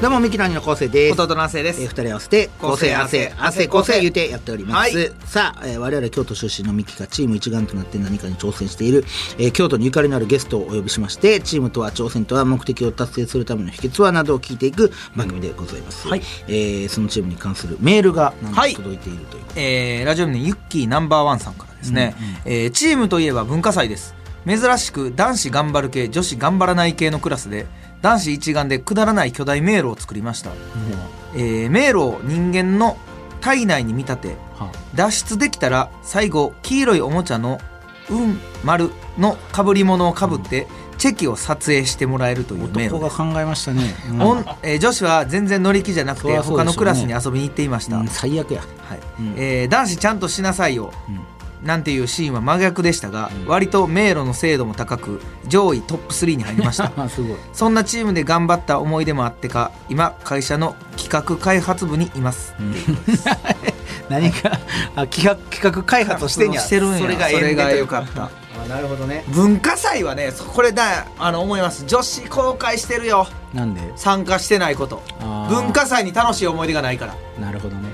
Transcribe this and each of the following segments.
どうもミキの兄の昴生です弟の亜生でえー、す。二人合わせて構構成成合わ合せ成合成構成言うてやっております、はいさあ、えー我々京都出身のミキがチーム一丸となって何かに挑戦している、えー京都にゆかりのあるゲストをお呼びしましてチームとは挑戦とは目的を達成するための秘訣はなどを聞いていく番組でございます、はいえーそのチームに関するメールがなんとはい届いているという、えーラジオネームユッキーナンバーワンさんからですね、えーチームといえば文化祭です。珍しく男子頑張る系、女子頑張らない系のクラスで、男子一丸でくだらない巨大迷路を作りました。えー迷路を人間の体内に見立て、脱出できたら最後黄色いおもちゃの「うん丸」のかぶり物をかぶってチェキを撮影してもらえるという迷路男が考えましたね、うんおんえー女子は全然乗り気じゃなくそりてゃそうでしょうね他のクラスに遊びに行っていました、うんは最悪やいえー男子ちゃんとしなさいよ、 なんていうシーンは真逆でしたが、割と迷路の精度も高く上位トップ3に入り ましたあすごいそんなチームで頑張った思い出もあってか今会社の企画開発部にいます、 何か、あ企画企画開発をしてんやしてるんやそれがそれがよかっったたなるほどね文化祭はねそこれだあの思います女子後悔してるよなんで参加してないことあー文化祭に楽しい思い出がないからなるほどね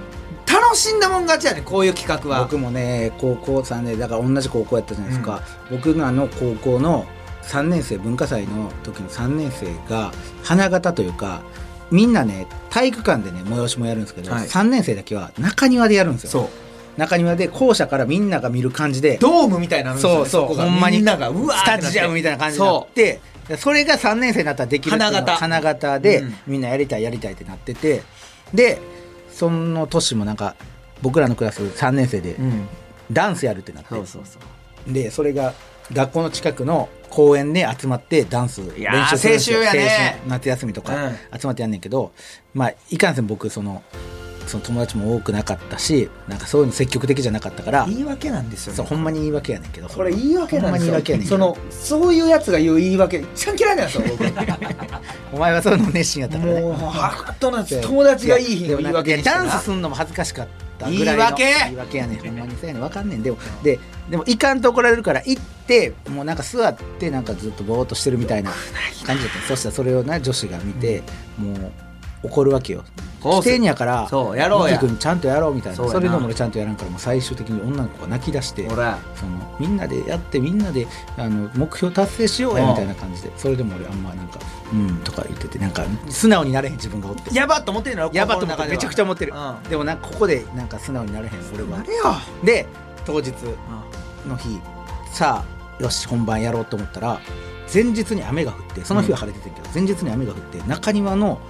楽しんだもん勝ちやねこういう企画は僕もね高校3年だから同じ高校やったじゃないですか、僕らの高校の3年生文化祭の時の3年生が花形というかみんなね体育館でね催しもやるんですけど、はい3年生だけは中庭でやるんですよそう中庭で校舎からみんなが見る感じでドームみたいになるんですそよねうそうこがほんまにみんながうわースってなタってジアムみたいな感じになっそてそれが3年生になったらできるっていうのが花形花形で、うんみんなやりたいやりたいってなっててでその年もなんか僕らのクラス3年生でう、うん、ダンスやるってなってそうそうそうでそれが学校の近くの公園で集まってダンス練いやー習するんですよ青春やね青夏休みとうかん集まってやんねんけど、まあいかんせん僕そのその友達も多くなかったしなんかそういうの積極的じゃなかったから言い訳なんですよねそうほんまに言い訳やねんけどこれ言い訳なほんんですまに言いよ訳やねんけそどのそういうやつが言う言い訳一番嫌いなんですよ僕 お前はそういうの熱心やったからねもうハッとなって友達がいい日の言い訳にしてやなダンスすんのも恥ずかしかったぐらいの言い訳言い訳やねんほんまにそうやねん分かんねんでもででもいかんと怒られるから行ってもうなんか座ってなんかずっとぼーっとしてるみたいな感じだったそしたらそれをな女子が見て、もう怒るわけよこうしするてんやからそうやろうやミキ君ちゃんとやろうみたいなそうそやなれでも俺ちゃんとやらんからもう最終的に女の子が泣き出してほらそのみんなでやってみんなであの目標達成しようやみたいな感じでそれでも俺あんまなんか「うん」とか言っててなんか素直になれへん自分がおってやばっと思ってるのよやばと思ってめちゃくちゃ思ってる、うでもなんかここでなんか素直になれへん俺はれよで当日の日さあよし本番やろうと思ったら前日に雨が降ってその日は晴れててんけど、前日に雨が降って中庭の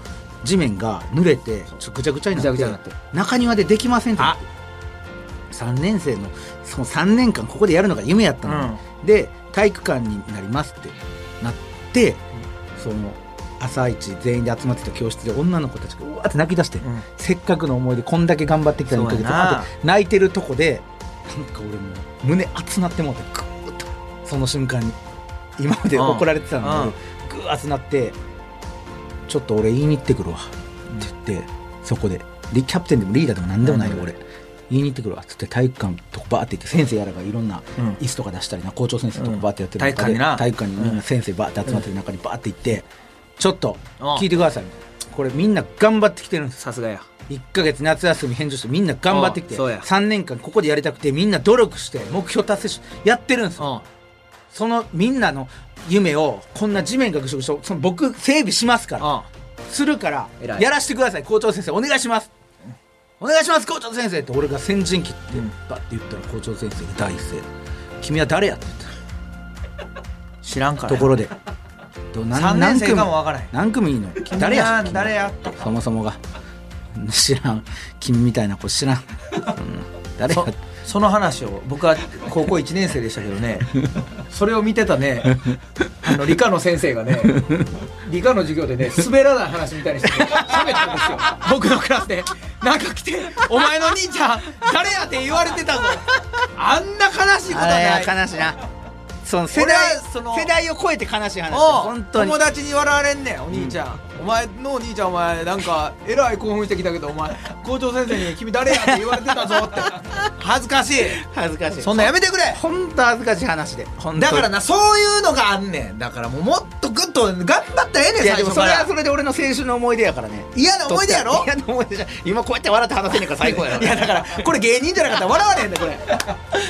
地面が濡れてちょぐちゃぐちゃになっぐてちゃぐちゃにな中庭でできませんってなって3年生のその3年間ここでやるのが夢やったのに、で体育館になりますってなって、その朝一全員で集まってた教室で女の子たちがうわーって泣き出して、うんせっかくの思い出こんだけ頑張ってきた2ヶそう月やなあと泣いてるとこでなんか俺もう胸熱なってもうてグーッとその瞬間に今までうん怒られてたのにグーッ熱なって「ちょっと俺言いに行ってくるわ」って言ってそこでリキャプテンでもリーダーでも何でもないようん俺。言いに行ってくるわっつって体育館とかバーって行って先生やらがいろんなうん椅子とか出したりな校長先生とかバーってやってる中体育で館にな体育館にみんな先生バーって集まってる中にバーって行ってちょっとうん聞いてくださいみたいなこれみんな頑張ってきてるんですさすがや1ヶ月夏休み返上してみんな頑張ってきてうんそうや3年間ここでやりたくてみんな努力して目標達成しやってるんですようんそのみんなの夢をこんな地面がぐしょぐしょその僕整備しますからするから偉いやらせてください校長先生お願いしますお願いします校長先生って俺が先陣切ってうんバッて言ったら校長先生が第一声「君は誰や?」って言った知らんからところで ど何3年生かもわからへん何組いいの誰や君は誰やそもそもが知らん君みたいな子知らん、うん誰やそその話を僕は高校1年生でしたけど ねそれを見てたねあの理科の先生がね理科の授業でね滑らない話みたいにしてね喋ってたんですよ僕のクラスでなんか来て「お前の 兄ちゃん誰や?」って言われてたぞあんな悲しいことあはれなはい悲しいなその世代俺はその世代を超えて悲しい話だおう本当に友達に笑われんねんお兄ちゃん、お前のお兄ちゃんお前なんかえらい興奮してきたけどお前校長先生に「君誰や?」って言われてたぞって恥ずかしい恥ずかしい そんなやめてくれ本当恥ずかしい話で本当にだからなそういうのがあんねんだからもうもっとグッと頑張ったらええねんいや最でも初そかれはらそれで俺の青春の思い出やからね嫌な思い出やろ嫌な思い出じゃん今こうやって笑って話せねえから最高やろ い やだからこれ芸人じゃなかったら笑われへんでこれ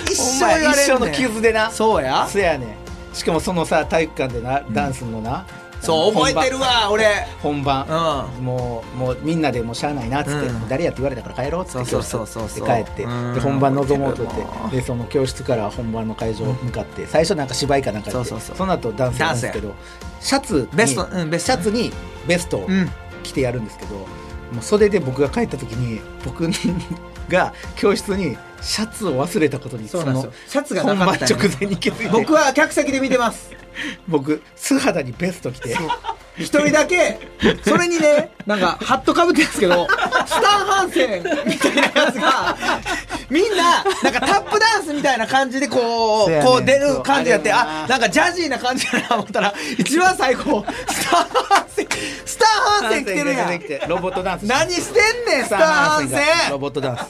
一一生生言われんねんの傷でなそうやそやねんしかもそのさ体育館でなダンスのな、そう覚本えて番るわ俺本番、うもうもうみんなでもうしゃあないなっつって、うん誰やって言われたから帰ろうっつってそうそうそう教室そうで帰ってうんで本番臨もうと思覚えてるわってでその教室から本番の会場向かって、最初なんか芝居かなんかやってそうそうそうの後ダンスなんですけどシャツにベストうんベストシャツにベストをんうん着てやるんですけど、もう袖で僕が帰った時に僕が教室にシャツを忘れたことにそうなんですよシャツが本な番かったん直や前に気づいて僕は客席で見てます僕素肌にベスト着て一人だけそれにねなんかハットかぶってるんですけどスタンハンセンみたいなやつがみんななんかタップダンスみたいな感じでこう,、そうやねんこう出る感じやってそうあれはあなんかジャジーな感じだな思ったら一番最高スタンハンセンスタンハンセン来てるやんてロボットダンス何してんねんスタンハンセロンボットダンス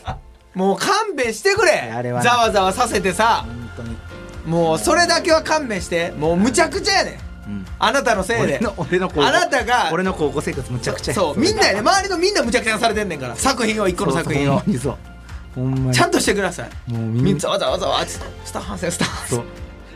もう勘弁してくれあれはねざわざわさせてさ本当に、もうそれだけは勘弁してもうむちゃくちゃやねんうん、あなたのせい俺での俺の高校あなたが俺の高校生活むちゃくちゃやそうみんなやね周りのみんなむちゃくちゃにされてんねんから作品を一個の作品をそうそうほんまにそうほんまにちゃんとしてくださいもうみんみなんなざわざわざわっつってスタッハンセンスタッハンセそンう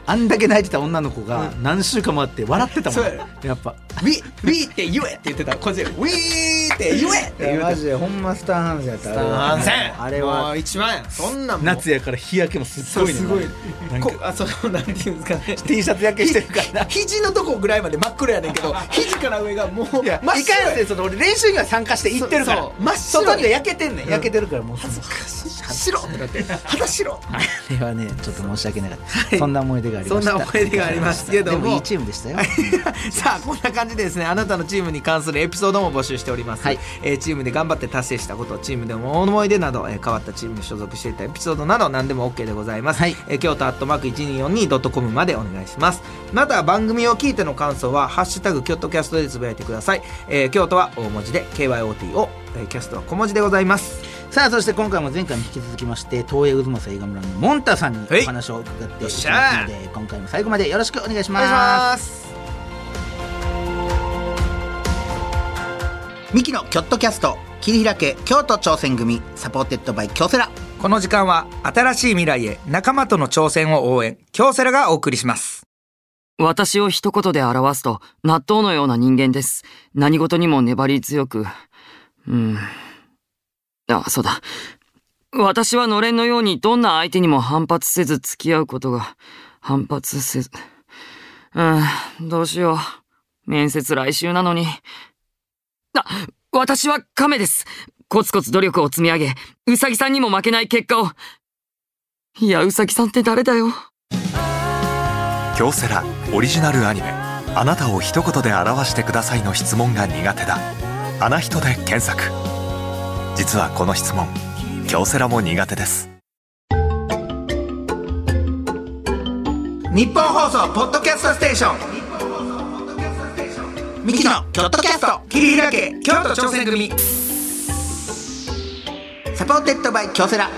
あんだけ泣いてた女の子が何週間もあって笑ってたもん、そうややっぱウィウィって言えって言ってたこっちでウィーって言えって言うてたでほんまスタンハンセンやったスタッハンセンあれもはう一番やそんなんもう夏やから日焼けもすっそうごいねすごいなんこかあそうなんていうんですかね T シャツ焼けしてるからひ肘のとこぐらいまで真っ黒やねん けど肘から上がもう真っいや、白いかんせんその俺練習には参加して行ってるからそうそう真っ白に外には焼けてんねん、うん焼けてるからもう恥ずかしい白って なって肌白あれはねちょっと申し訳なかった、いそんな思い出がありましたそんな思い出がありますけどもでもいいチームでしたよ さあこんな感じでですねあなたのチームに関するエピソードも募集しております、はいえーチームで頑張って達成したことチームでの思い出など、えー変わったチームに所属していたエピソードなど何でも OK でございます、はいえー京都アットマーク 1242.com までお願いしますまた番組を聞いての感想は「ハッシュタグ京都キャスト」でつぶやいてください、えー京都は大文字で KYOT を、えーキャストは小文字でございますさあそして今回も前回に引き続きまして東映渦政映画村のモンタさんにはいお話を伺っていきよっますしゃーので今回も最後までよろしくお願いしおますすミキのキョットキャスト切り開け京都挑戦組サポーテッドバイ京セラこの時間は新しい未来へ仲間との挑戦を応援京セラがお送りします私を一言で表すと、納豆のような人間です。何事にも粘り強く。うん。あ、そうだ。私はのれんのようにどんな相手にも反発せず付き合うことが、反発せず。うん、どうしよう。面接来週なのに。あ、私は亀です。コツコツ努力を積み上げ、うさぎさんにも負けない結果を。いや、うさぎさんって誰だよ。京セラオリジナルアニメ「あなたを一言で表してください」の質問が苦手だ「あな人」で検索実はこの質問京セラも苦手です日本放送ポッドキャストステーションミキのキョットキャスト切り開け京都挑戦組サポーテッドバイ京セラ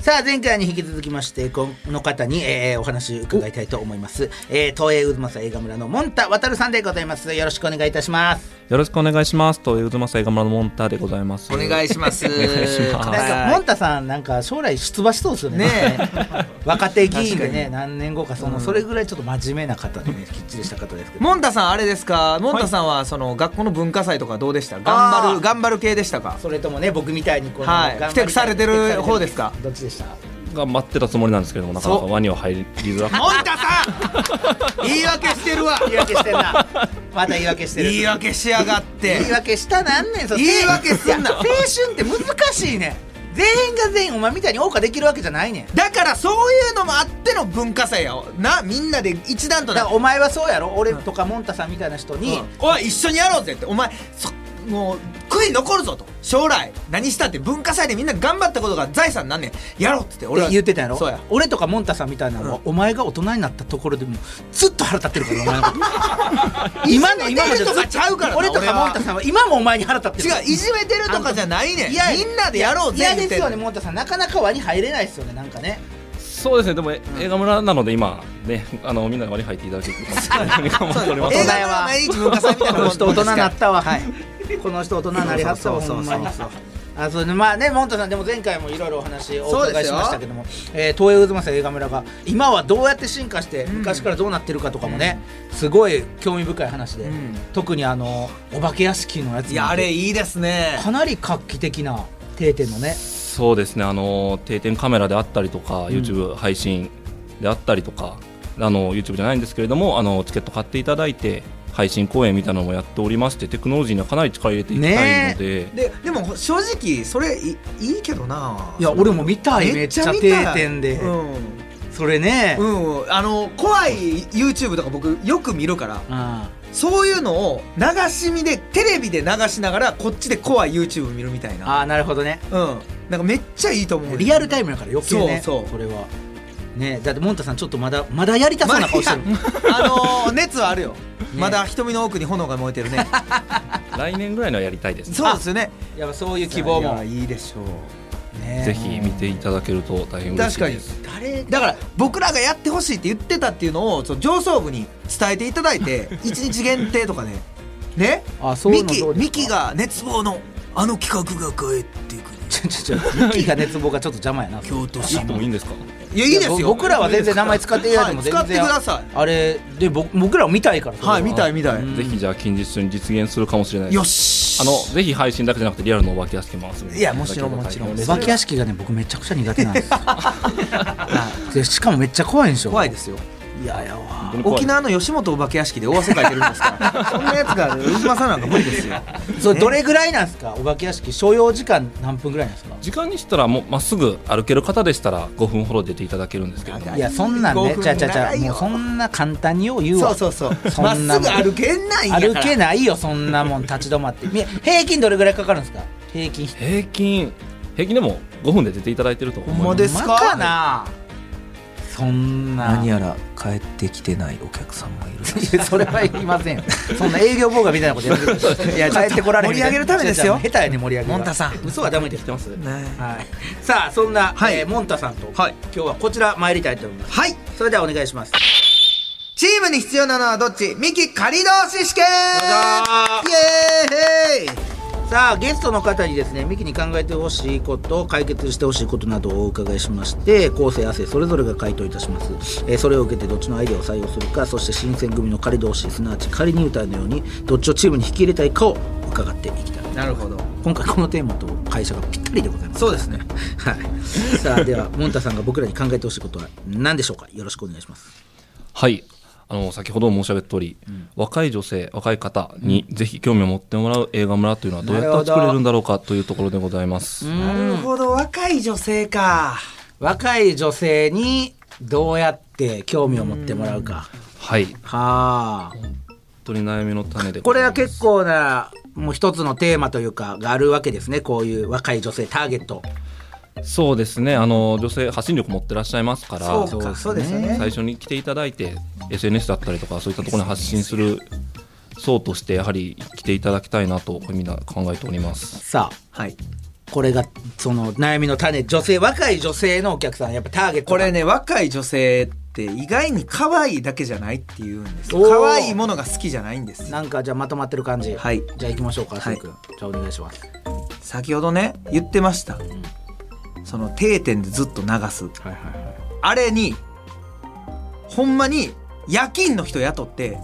さあ前回に引き続きましてこの方に、えーお話伺いたいと思います、えー、東映うずまさ映画村のモンタ渡さんでございますよろしくお願いいたしますよろしくお願いします。というずまさ映画村のモンターでございます。お願いしますお願いしますなんかモンはタさんなんか将来出馬しそうですよねね 若手議員で確かねに何年後かその、それぐらいちょっと真面目な方でね きっちりした方ですけいどモンタさんあれですかモンタさんはその学校の文化祭とかどうでした頑張あーる頑張る系でしたかそれともね僕みたいにこの、頑はい張りたふてくされてる方ですかどっちでした頑張ってたつもりなんですけども、なかなか輪には入りづらくて。モンタさん言い訳してるわ言い訳してん なまた言い訳してる言い訳しやがって言い訳したなんねんその言い訳すんな青春って難しいねん全員が全員お前みたいに謳歌できるわけじゃないねんだからそういうのもあっての文化祭やなみんなで一段とだなからお前はそうやろ俺とかもんたさんみたいな人に、おい一緒にやろうぜってお前そもう悔い残るぞと将来何したって文化祭でみんな頑張ったことが財産になんねんやろうっつって俺は言ってたやろそうや俺とかモンタさんみたいなのは、お前が大人になったところでもずっと腹立ってるからお前のこと 今の今もいじめてるとかちゃうからな俺と俺かはモンタさんは今もお前に腹立ってる違ういじめてるとかじゃないねんいやみんなでやろうぜ嫌言でってすんのよねモンタさんなかなか輪に入れないですよねなんかね そうですね、でも、え映画村なので今、 ね、あのみんなで割り入っていただけると思っております大映人画やわは毎日文化祭みたいこなの人大人になったわ、はいこの人大人になりはったわそほうそうんそうそまうにあそうねまあねモンタさんでも前回もいろいろお話をおそう伺でいすしよましたけども、えー、東映渦政映画村が今はどうやって進化して昔からどうなってるかとかもね、すごい興味深い話で、うん特にあのお化け屋敷のやつなんていやあれいいですねかなり画期的な定点のねそうですね、あの定点カメラであったりとか、YouTube 配信であったりとか、あの YouTube じゃないんですけれども、あのチケット買っていただいて、配信公演みたいなのもやっておりまして、テクノロジーにはかなり力入れていきたいので、ででも正直それいいいけどないや俺も見たいめめっっちちゃゃ見たい定点で、うんそれね、うん、あの怖い YouTube とか僕よく見るからあそういうのを流し見でテレビで流しながらこっちで怖い YouTube 見るみたいなあーなるほどねうんなんかめっちゃいいと思うリアルタイイムやから余計ねそうそうこれはねだってモンタさんちょっとまだまだやりたそうな顔してるあのー 熱はあるよ、まだ瞳の奥に炎が燃えてる ね来年ぐらいのはやりたいです、そうですよねやっぱそういう希望もいいでしょねぜひ見ていただけると大変う嬉確しいかでにす。誰だから僕らがやってほしいって言ってたっていうのをその上層部に伝えていただ いて一日限定とかねねあそういうミのどうですかキミキが熱望のあの企画が帰ってくるちょちょちょミキが熱望がちょっと邪魔やな京都言ってもいいんですかいやいいですよ僕らは全然名前使っていないでも全然、はい使ってくださいあれで僕僕らも見たいからそれはい見たい見たいうんぜひじゃあ近日中に実現するかもしれないですよしあのぜひ配信だけじゃなくてリアルのお化け屋敷も遊びに来ていただければいやもちろんもちろんお化け屋敷がね僕めちゃくちゃ苦手なん ですよはいでしかもめっちゃ怖いんですよ怖いですよいややわ本当に怖い沖縄の吉本お化け屋敷で大汗かいてるんですから そんなやつがうずまさんなんか無理ですよそれどれぐらいなんですかお化け屋敷所要時間何分ぐらいなんですか時間にしたらもうまっすぐ歩ける方でしたら5分ほど出ていただけるんですけれどもいやそんなん5ね分ちゃうちゃうちゃ長ういよもうそんな簡単によう言うそうわそうそうそまっんなすもんぐ歩けないんやから歩けないよそんなもん立ち止まってみ平均どれぐらいかかるんですか平均平均平均でも5分で出ていただいてると思いまほすんまですか馬かなそんなやら帰ってきてないお客さんもいるいやそれはいませんよそんな営業妨害みたいなことやめてくださいいや帰ってこられへんみたいな盛り上げるためですよ下手やね盛り上げるモンタさん嘘はダメですますはい、さあそんな、はいえーモンタさんと、はい今日はこちら参りたいと思いますはいそれではお願いしますチームに必要なのはどっちミキ仮同士試験イエーイさあゲストの方にですねミキに考えてほしいこと解決してほしいことなどをお伺いしまして構成亜生それぞれが回答いたします、えーそれを受けてどっちのアイデアを採用するかそして新選組の仮同士すなわち仮入隊のようにどっちをチームに引き入れたいかを伺っていきたいなるほど今回このテーマと会社がぴったりでございますそうですねはいさあではモンタさんが僕らに考えてほしいことは何でしょうかよろしくお願いしますはいあの先ほども申し上げた通り、若い女性若い方にぜひ興味を持ってもらう映画村というのはどうやったら作れるんだろうかというところでございますなるほど若い女性か若い女性にどうやって興味を持ってもらうかはい本はあ当に悩みの種でこごれざいはます結構なもう一つのテーマというかがあるわけですねこういう若い女性ターゲットそうですねあの女性発信力持ってらっしゃいますからそうかそうですよね最初に来ていただいて SNS だったりとかそういったところに発信する層としてやはり来ていただきたいなとみんな考えておりますさあはいこれがその悩みの種女性若い女性のお客さんやっぱターゲットこがれね若い女性って意外に可愛いだけじゃないっていうんですおー可愛いものが好きじゃないんですなんかじゃあまとまってる感じはいじゃあ行きましょうかはい浅井君、じゃあお願いします先ほどね言ってました、その定点でずっと流すはいはいはいあれにほんまに夜勤の人雇って、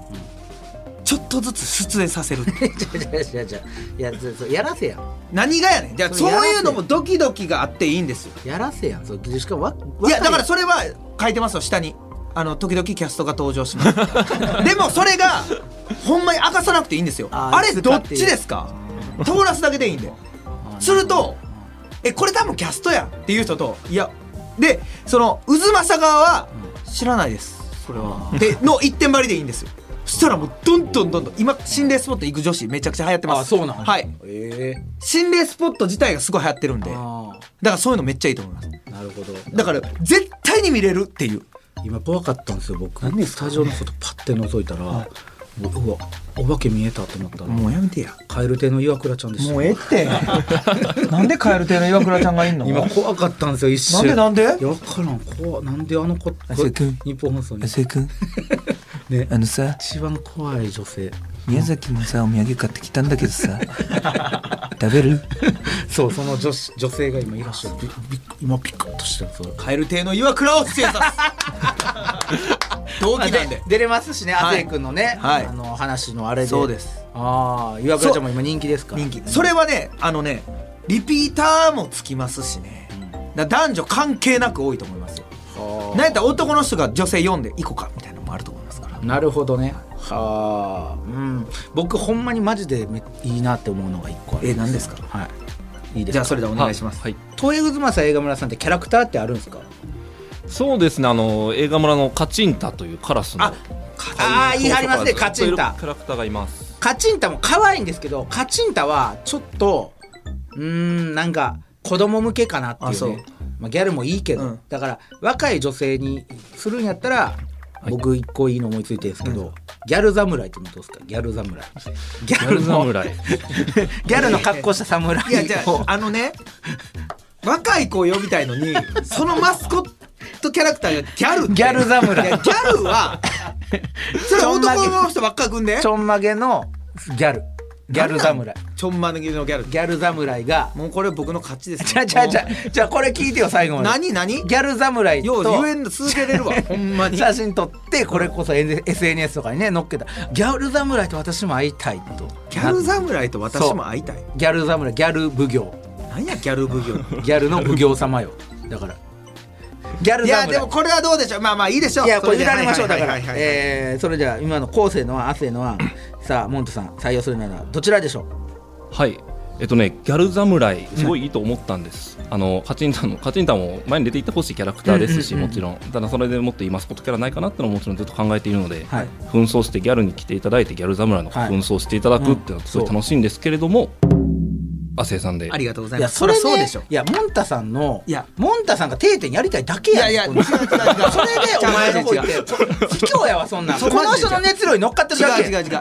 ちょっとずつ出演させるって じゃあじゃあじゃあいやそそうやらせやん何がやねんじゃあそそれやらうせいうのもドキドキがあっていいんですよやらせやんそうしかもわいやだから若それは書いてますよ下にあの時々キャストが登場します でもそれがほんまに明かさなくていいんですよああーいれつかどっっていうちですか通らすだけでいいんでするとえこれ多分キャストやんっていう人といやでその渦政側は知らないですそれはでの一点張りでいいんですよそしたらもうどんどんどんどん今心霊スポット行く女子めちゃくちゃ流行ってますあそうなんはい、 ええ心霊スポット自体がすごい流行ってるんでだかあらそういうのめっちゃいいと思いますあなるほどだから絶対に見れるっていう今怖かったんですよ僕スタジオの外パッて覗いたら、もううわお化け見えたと思ったら、もうやめてや蛙亭の岩倉ちゃんでしたもうええって なんでカエル亭の岩倉ちゃんがいんの今怖かったんですよ一瞬なんでなんでいやわからん怖いなんであの子あそうくん日本放送に瀬井君 ねあのさ一番怖い女性宮崎もさお土産買ってきたんだけどさ食べる そうその女子女性が今いらっしゃるびびっく今ピクッとしてるそれカエル亭の岩倉を出演さす同期なんで出れますしね亜はい生君のね、はいあの話のあれでそうですああ岩倉ちゃんも今人気ですから人気それはねあのねリピーターもつきますしねだから男女関係なく多いと思いますよはなんやったら男の人が女性読んでいこうかみたいなのもあると思いますからあなるほどねはあうん僕ほんまにマジでめいいなって思うのが一個あるえ何ですかはいいいですじじゃゃああそれではお願いしますはい東映渦正映画村さんってキャラクターってあるんですかそうですねあの映画村のカチンタというカラスのあああ言い張りますねずっとカチンタいるキャラクターがいますカチンタも可愛いんですけどカチンタはちょっとうーんなんか子供向けかなっていう,、ねあそうまあ、ギャルもいいけど、うんだから若い女性にするんやったら僕一個いいの思いついてるんですけど、ギャル侍っていうのどうですかギャル侍ギギャャルルの侍ギャルの 格好した侍いやじゃああのね若い子を呼びたいのにそのマスコットキャラクターがギャルってギャル侍いやギャルはそれ男の人ばっか組んでちょんまげのギャルギャル侍ちょんまぬぎのギャルギャル侍がもうこれ僕の勝ちですじゃあじゃあじゃもあじゃあこれ聞いてよ最後うまで何何ギャル侍とよう言えんの続け れるわほんまに写真撮ってこれこそ N- SNS とかにね載っけたギャル侍と私も会いたいとギャル侍と私も会いたいギャル侍ギャル奉行何やギャル奉行ってギャルの奉行様よだからギャル侍いやでもこれはどうでしょうまあまあいいでしょういいやこれられましょうだからええーそれじゃあ今の後世のは亜生のはさあモントさん採用するならどちらでしょうはいえっとねギャル侍すごいいいと思ったんです、あのカチンタのカチンタも前に出ていってほしいキャラクターですし、うんうんうんもちろんただそれでもっと言いますことキャラないかなってのももちろんずっと考えているので、はい紛争してギャルに来ていただいてギャル侍のはい紛争していただくっていうのはすごい楽しいんですけれども、亜生さんでありがとうございいまやすそれ、ね、りゃそうでしょいやモンタさんのいやモンタさんが定点やりたいだけいややんいや違う違う違うこんなそれでお前の方行って違う卑怯やわそんなんそこうの人の熱量に乗っかってるだけ違う違う違 う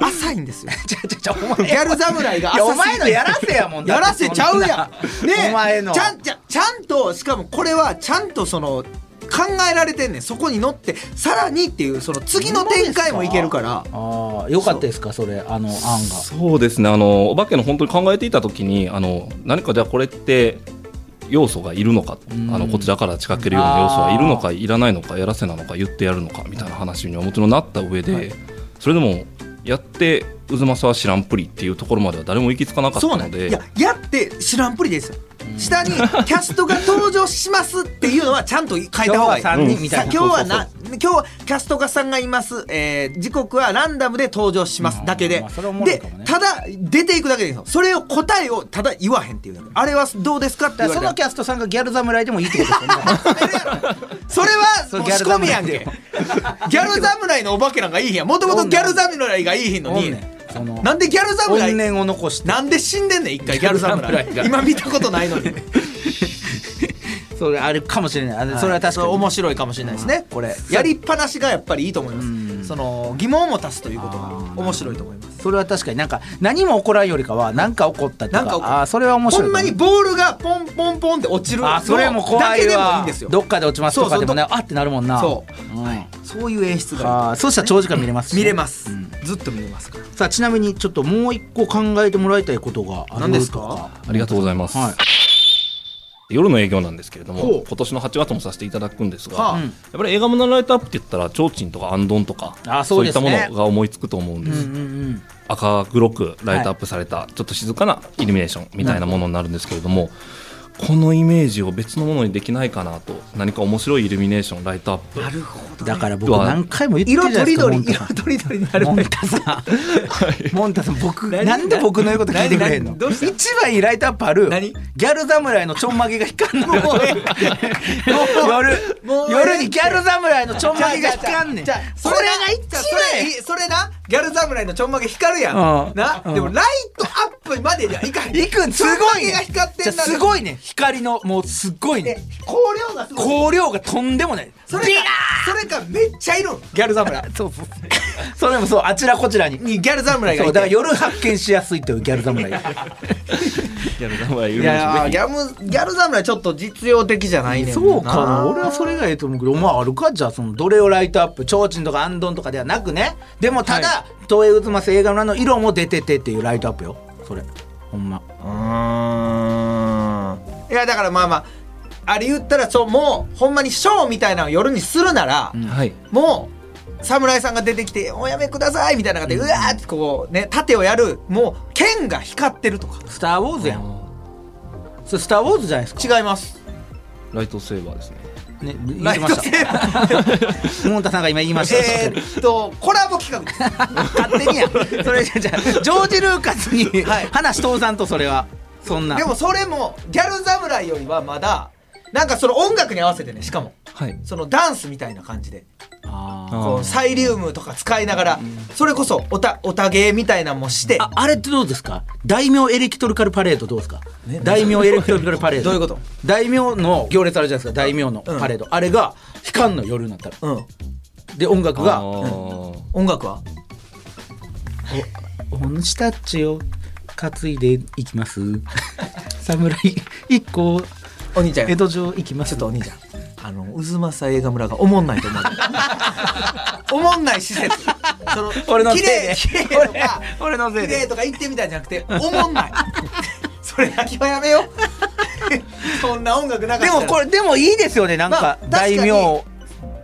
浅いんですよちゃちゃちゃお前ギャル侍 がいやお浅す前ぎてのやらせやもんだやってらせちゃうやんそんなねえお前のちゃんちゃんちゃんとしかもこれはちゃんとその考えられてんねんそこに乗ってさらにっていうその次の展開もいけるからああよかったですかそれあの案がそうですねあのお化けの本当に考えていた時にあの何かじゃあこれって要素がいるのかあうんのこちらから仕掛けるような要素はいるのかいらないのかやらせなのか言ってやるのかみたいな話にはもちろんなった上で、それでもやって渦政は知らんぷりっていうところまでは誰も行き着かなかったそうなのんだでいややって知らんぷりですよ下にキャストが登場しますっていうのはちゃんと書いた方が今いい日は三人みたいなうんさ今日はな今日はキャストがさんがいます、えー時刻はランダムで登場しますだけで、まあまあそれおもろいでかもねただ出ていくだけでいいんですよそれを答えをただ言わへんっていうだけあれはどうですかって言われそたらのキャストさんがギャル侍でもいいってことです よねそれはもうギャ仕ル込み侍やんけギャル侍のお化けなんかいいひんやもともとギャル侍がいいひんのおんにねんそのなんでギャル怨侍念を残してなんで死んでんねん一回ギャル侍ギャル侍が今見たことないのにそれあるかもしれないあれそれは確かに面白いかもしれないですね、これやりっぱなしがやっぱりいいと思います、その疑問も足すということが面白いと思いますそれは確かになんか何も起こらんよりかは何か起こったりとかなんか起こあーそれは面白いほんまにボールがポンポンポンって落ちるあーそれも怖いわだけでもいいんですよどっかで落ちますとかでもねそうあってなるもんな、そうんそういう演出があーそうしたら長時間見れますしね見れます、ずっと見れますからさあちなみにちょっともう一個考えてもらいたいことがある何ですとかありがとうございます、はい夜の営業なんですけれどほうも今年の8月もさせていただくんですが、はあやっぱり映画村のライトアップって言ったら提灯とかあんどんとかあそういですったねものが思いつくと思うんです、うんうん赤黒くライトアップされた、ちょっと静かなイルミネーションみたいなものになるんですけれどもこのイメージを別のものにできないかなと何か面白いイルミネーションライトアップなるほどだから僕何回も言ってる色じゃなといでりすかどり色とりどりになるモンタさんモンタさん僕何なんで僕の言うこと聞いてくれへんの何何どうした一番いいライトアップある何ギャル侍のちょんまげが光んの夜もうええ夜にギャル侍のちょんまげが光んねんじこゃあれがそれが一じゃあ番ええそれそれなギャル侍のちょんまげ光るやんうんなうんでもライトアップまでにはいかへんいくんすちょんごまいげねが光ってじゃんあなすごいね光のもうすっごいね光量がすごい光量がとんでもないそれかそれかめっちゃいるんギャル侍 そうそうそれもそうあちらこちらににギャル侍がそいうてだから夜発見しやすいというギャル侍がギャル侍いいるやーんギでャムギャル侍ちょっと実用的じゃないねんなそうかな俺はそれがええと思うけどお前あるかじゃあそのどれをライトアップ提灯とかあんどんとかではなくねでもただ、東映渦巻映画村の色も出ててっていうライトアップよそれほんまうーんいやだからまあまああれ言ったらそうもうほんまにショーみたいなのを夜にするなら、すはいもう侍さんが出てきて「おやめください」みたいな感じでうわーってこうね盾をやるもう剣が光ってるとか「スター・ウォーズ」やんそれ「スター・ウォーズ」じゃないですか違いますライトセーバーですねね言ラっイてトましセーバーたモンタさんが今言いましたえーっとコラボ企 画です勝手にやそれじゃじゃジョージ・ルーカスにはい話通さんとそれはそんなでもそれもギャル侍よりはまだなんかその音楽に合わせてねしかもはいそのダンスみたいな感じであーこうサイリウムとか使いながらそれこそおたおたげみたいなのもしてああれってどうですか大名エレクトリカルパレードどうですか、大名エレクトリカルパレードどういうこと大名の行列あるじゃないですか大名のパレード、あれが光んの夜になったらうんで音楽あがー音楽は「お主たちを担いでいき ます」「 侍一個お兄ちゃん江戸城行きまちょす」っとお兄ちゃんあの渦政映画村がおもんない と思うおもんない施設その俺のせい綺で麗綺麗とか 俺のせい綺で麗とか行ってみたいじゃなくておも んないそれだけはやめよ うそんな音楽なかったでらもこれでもいいですよねなんまあか確かに大名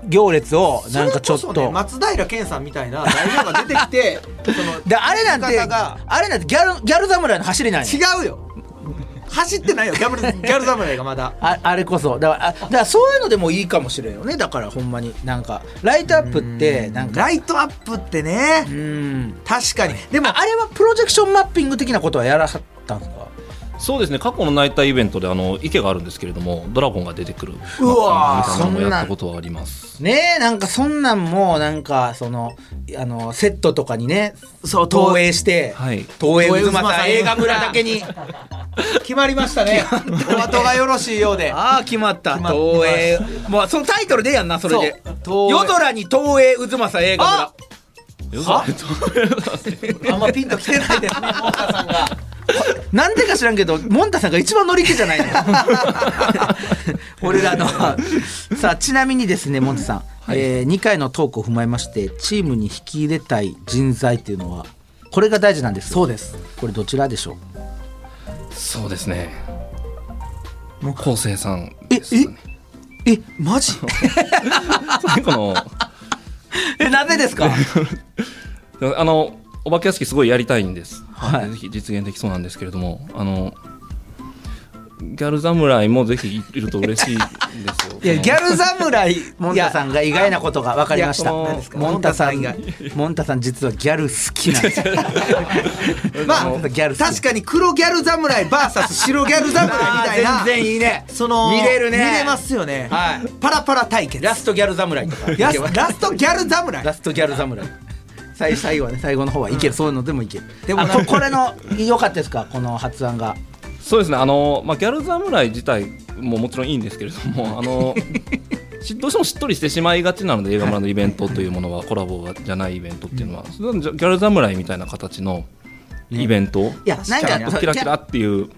行列をなんかちょっそれとこそね松平健さんみたいな大名が出てき てそのであれなんて方があれなんてギャルギャル侍の走りなんや違うよ走ってないよギャルギャル侍がまだああれこそだからあだからそういうのでもいいかもしれんよねだからほんまになんかライトアップってなんかライトアップってねうん確かにででもあれはプロジェクションマッピング的なことはやらはったんですかそうですね過去のナイターイベントであの池があるんですけれどもドラゴンが出てくるうわーみたいなのもやったことはありますねえなんかそんなんもなんかそのあのセットとかにねそう投影して、はい投影渦東映政渦政映画村だけ に決まりましたねお後がよろしいよ うでああ決まった決まっ東映もうそのタイトルでやんなそれでそう東夜映空に東映渦政映画村ああんまピンときてないで すねモンタさんがなんでか知らんけど、モンタさんが一番乗り気じゃ ないの。俺らの。さあ、ちなみにですね、モンタさん。えー、2回のトークを踏まえまして、チームに引き入れたい人材っていうのは、これが大事なんです。そうです。これどちらでしょうそうですね昴生さんですかねええ、マジ このえ、なぜ ですかあのお化け屋敷すごいやりたいんです、はいぜひ実現できそうなんですけれどもあのギャル侍もぜひいると嬉しいんですよいやギャル侍モンタさんんが意外なことが分かりました。いや何モですかンタさモんンタがさん、モンタさん実はギャル好きなん です。まあギャル好き確かに黒ギャル侍 VS 白ギャル侍みた いな全然いいね。その見れるね見れますよね、はいパラパラ対決ラストギャル侍とか。ラスラストギャル侍ラストギャル侍。 最最後はね最後の方はいける、そういうのでもいける。でももなんかここれの良かったですかこの発案が。そうですねあの、まあ、ギャル侍自体ももちろんいいんですけれどもあのし どうしてもしっとりしてしまいがちなので映画村のイベントというものはコラボがじゃないイベントっていうのは、それはギャル侍みたいな形のイベント、いやなんか確ちょっとキラキラっていう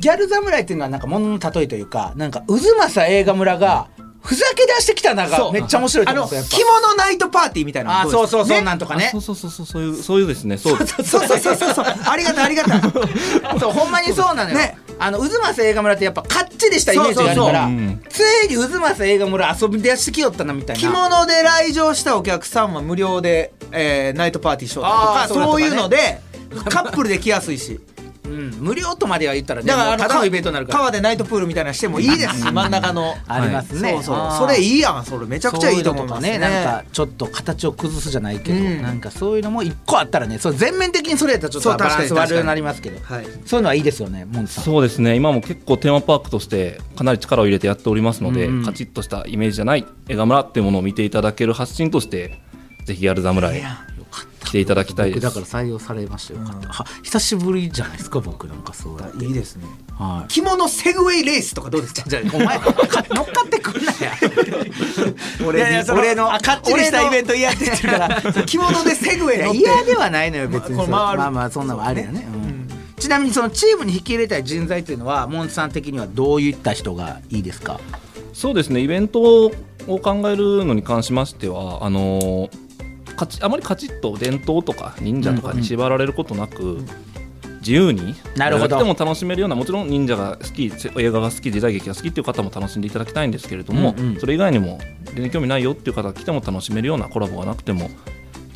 ギャル侍っていうのはなんか物の例えというかなんか渦政映画村がふざけ出してきたのがめっちゃ面白いとあ思のうん着ですよ。物ナイトパーティーみたいなやっぱあーそうそうそうなんとかねそう。そうそうそうそういうそういうですねそうですそうそうそうそうそうありがとうあり がとうそうほんまにそうなのよ。ねあの渦政映画村ってやっぱかっちりしたイメージがあるかそらうそうそううんついに渦政映画村遊び出してきよったなみたいな。着物で来場したお客さんは無料で、えーナイトパーティー招待とかあーそそううだとかねいうの でカップルで来やすいしうん無料とまでは言ったらねだからもあうのただのイベントになるから。川でナイトプールみたいなのしてもいいですし真ん中のありますね。そうそうあーそれいいやんそれめちゃくちゃいいと思いそまううすのねとかねなんかちょっと形を崩すじゃないけど、うんなんかそういうのも一個あったらねそう全面的にそれやったらちょっとそうバ確ラかンにス悪くなりますけどそう,、はいいうのはいいですよねモンツさんそうですね今も結構テーマパークとしてかなり力を入れてやっておりますので、うんカチッとしたイメージじゃない映画村っていうものを見ていただける発信としてぜひやる侍来ていただきたい僕でだからす。採用されましたよかった、うんは久しぶりじゃないですか僕なんかそうやっていいですねはい着物セグウェイレースとかど うですかじゃあお 前か乗っかってくんなやいやいやその俺のあかっちりしたイベント嫌って言ってるから その着物でセグウェイい乗やっ嫌てではないのよ別にまあこれそれ回るまあまあそんなのはあるよねうんちなみにそのチームに引き入れたい人材というのはモンさん的にはどういった人がいいですかそうですねイベントを考えるのに関しましてはあのかちあまりカチッと伝統とか忍者とかに縛られることなく、自由になるほど誰が来ても楽しめるようなもちろん忍者が好き映画が好き時代劇が好きっていう方も楽しんでいただきたいんですけれども、うんうんそれ以外にも全然興味ないよっていう方が来ても楽しめるようなコラボがなくても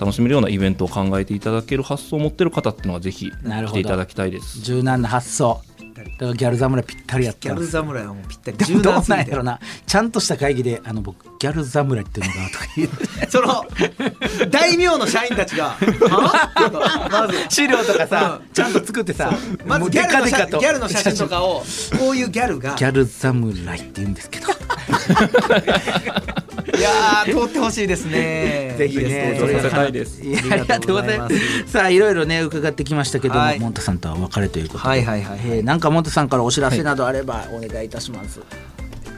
楽しめるようなイベントを考えていただける発想を持ってる方っていうのはぜひなる来ほてどいただきたいです。柔軟な発想だからギャル侍ぴったりやってギャまルす侍はもうぴったりでも柔どう軟すなぎんやてろなちゃんとした会議であの僕ギャル侍っていうのがとか言って その大名の社員たち がはまず資料とかさうんちゃんと作ってさまもうずギャルのデカデ写カとギャルの写真とかをこういうギャルがギャル侍って言うんですけど いやー通ってほしいですね ぜひねゲストそをれ登させ場たいです。いやありがとうございます さあいろいろね伺ってきましたけども、はいモンタさんとはお別れということで、はいはいはいえーなんかモンタさんからお知らせなどあればお願いいたします、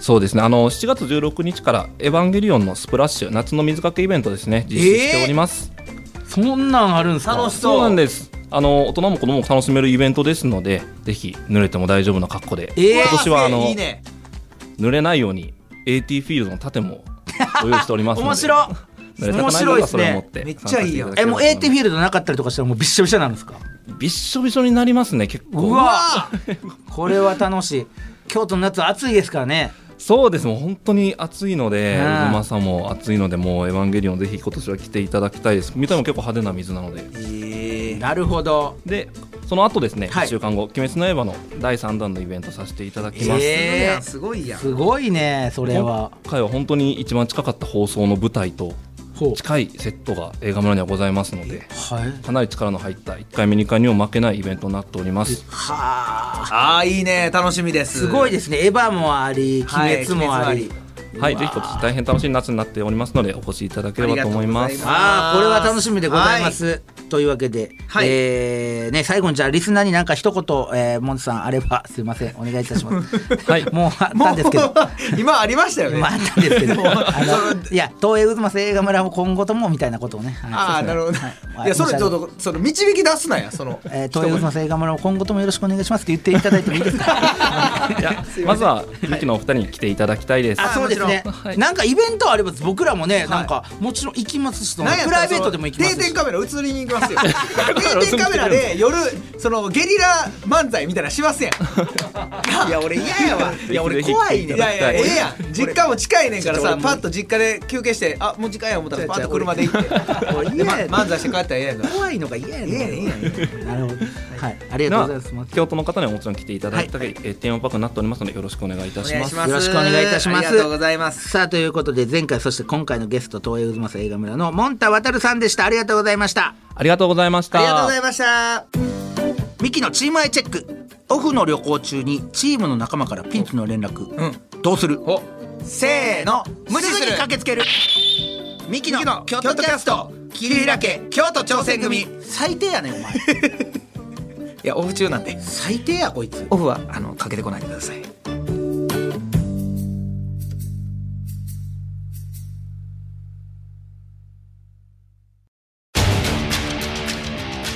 そうですねあの7月16日から「エヴァンゲリオン」のスプラッシュ夏の水かけイベントですね実施しております、そんなんあるんですか楽しそうそうなんですあの大人も子供も楽しめるイベントですのでぜひ濡れても大丈夫な格好で、うわ今ー年はあのいいね濡れないように AT フィールドの盾もご用意しておりますので 面白濡れたくない方はそれを持って面白いですねめっちゃいいやん参加してただけえればもうと思 AT フィールドなかったりとかしたらもうびっしょびしょなんですかますびっしょびしょになりますね結構うわこれは楽しい京都の夏暑いですからねそうですもう本当に暑いのでうん渦政も暑いのでもう「エヴァンゲリオン」ぜひ今年は来ていただきたいです見た目も結構派手な水なのでなるほどでその後ですね、はい1週間後「鬼滅の刃」の第3弾のイベントさせていただきます、えーすごいやんすごすごいやんいねそれは今回は本当に一番近かった放送の舞台とほ近いセットが映画村にはございますのではいかなり力の入った1回目2回目にも負けないイベントになっておりますはあああいいね楽しみですすごいでですねエヴァもありはい鬼滅もあり、鬼はいぜひ今年大変楽しい夏になっておりますのでお越しいただければと思いまありがすとうございまああこれは楽しみでございます、というわけで、はいえーね、最後にじゃあリスナーになんか一言、えー、モンさんあればすいませんお願いいたします はい もうあったんですけど今ありましたよ ねまああったんですけどあ そのいや東映渦政映画村も今後ともみたいなことをねはいああなるほど、 い、やそれちょっとその導き出すなやそのえー、東映渦政映画村も今後ともよろしくお願いしますって言っていただいてもいい ですかいやまずはミキのお二人に来ていただきたいです、あそうですね、もちろんはいなんかイベントあれば僕らもね、なんかもちろん行きますしプなんやったらライベートでも行きます定し点カメラ映りに行き ますよ定点カメラで夜そのゲリラ漫才みたいなのしますやん いや俺嫌やわひぜひいねいやいやええやん実家も近いねんからさパッと実家で休憩してあもう時間や思ったらパッと車で行 ってでま漫才して帰ったらええやんから怖いのが嫌やねんええやんええやんえなるほど。はい、ありがとうございます。よ京都の方にはもちろん来ていただきたい、えーテーマパークになっておりますのでよろしくお願いいたしますお願いしますろしくお願いいたします。ありがとうございますさあということで前回そして今回のゲスト東映渦政映画村のモンタワタルさんでした。ありがとうございました。ありがとうございましたありがとうございましたミキのチームアイチェック。オフの旅行中にチームの仲間からピンチの連絡。うんどうする？せーの無視すすぐにる駆けつける。ミキのミキの京都キャスト。桐平家京都挑戦組い最低やねんお 前。やオフ中なんで最低やこいつ。オフはあのかけてこないでください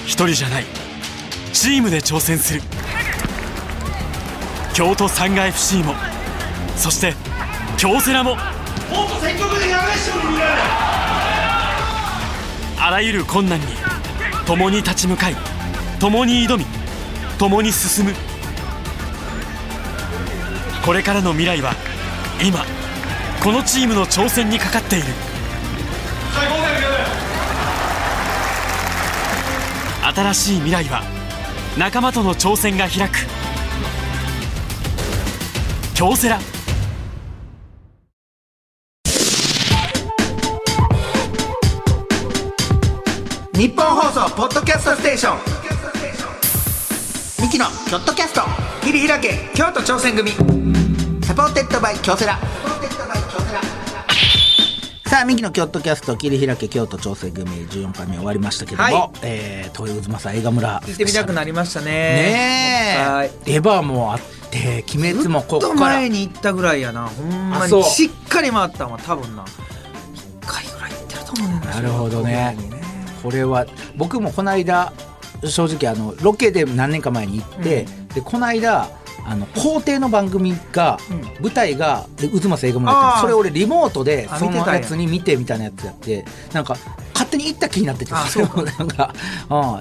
一人じゃないチームで挑戦する京都サンガ FC もそして京セラもあらゆる困難に共に立ち向かい共に挑み共に進むこれからの未来は今このチームの挑戦にかかっている新しい未来は仲間との挑戦が開く京セラ日本放送ポッドキャストステーションミキのキョットキャスト桐平家京都挑戦組サポーテッドバイ京セラさあミキの京都キャスト切り開け京都調整組14回目終わりましたけども、はいえー、東洋渦政映画村行ってみたくなりましたねねはいえエヴァもあって鬼滅もこちょっっとから前に行ったぐらいやなほんまあそうにしっかり回ったんは多分な1回ぐらい行ってると思うねんなるほどねそういうのにこれは僕もこの間正直あのロケで何年か前に行って、でこの間あの皇帝の番組が、う舞台がえ渦政映画村だったあーのそれ俺リモートであその見てたんややつに見てみたいなやつやってなんか勝手に行った気になっててあそうかれもなんか、うん、だか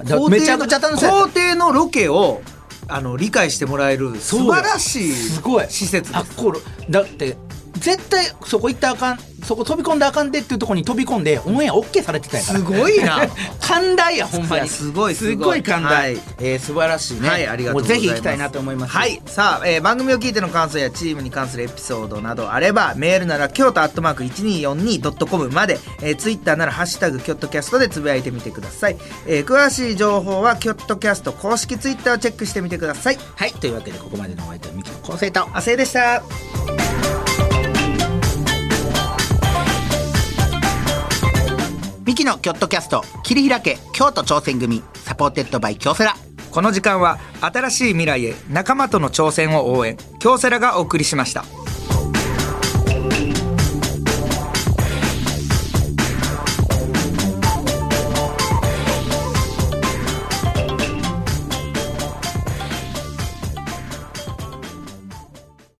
ら皇帝めちゃくちゃ楽しか皇っ帝のロケをあの理解してもらえる素晴らしいすごい施設たであすこれだって絶対そこ行ったらあかんそこ飛び込んだらあかんでっていうところに飛び込んでオンエア OK されてたんやからすごいな 寛大やほんまにすごいすすごいごい寛大、はいえー素晴らしいね、はいありがとうございまもぜすひ行きたいなと思いますはいさあ、えー番組を聞いての感想やチームに関するエピソードなどあればメールなら京都アットマーク 1242.com まで、えー、ツイッターなら「ハッシュタグキョットキャスト」でつぶやいてみてください、えー詳しい情報はキョットキャスト公式ツイッターをチェックしてみてくださいはいというわけでここまでのお相手はミキの構成と亜生でしたミキのキョットキャスト切り開け京都挑戦組サポーテッドバイ京セラこの時間は新しい未来へ仲間との挑戦を応援京セラがお送りしました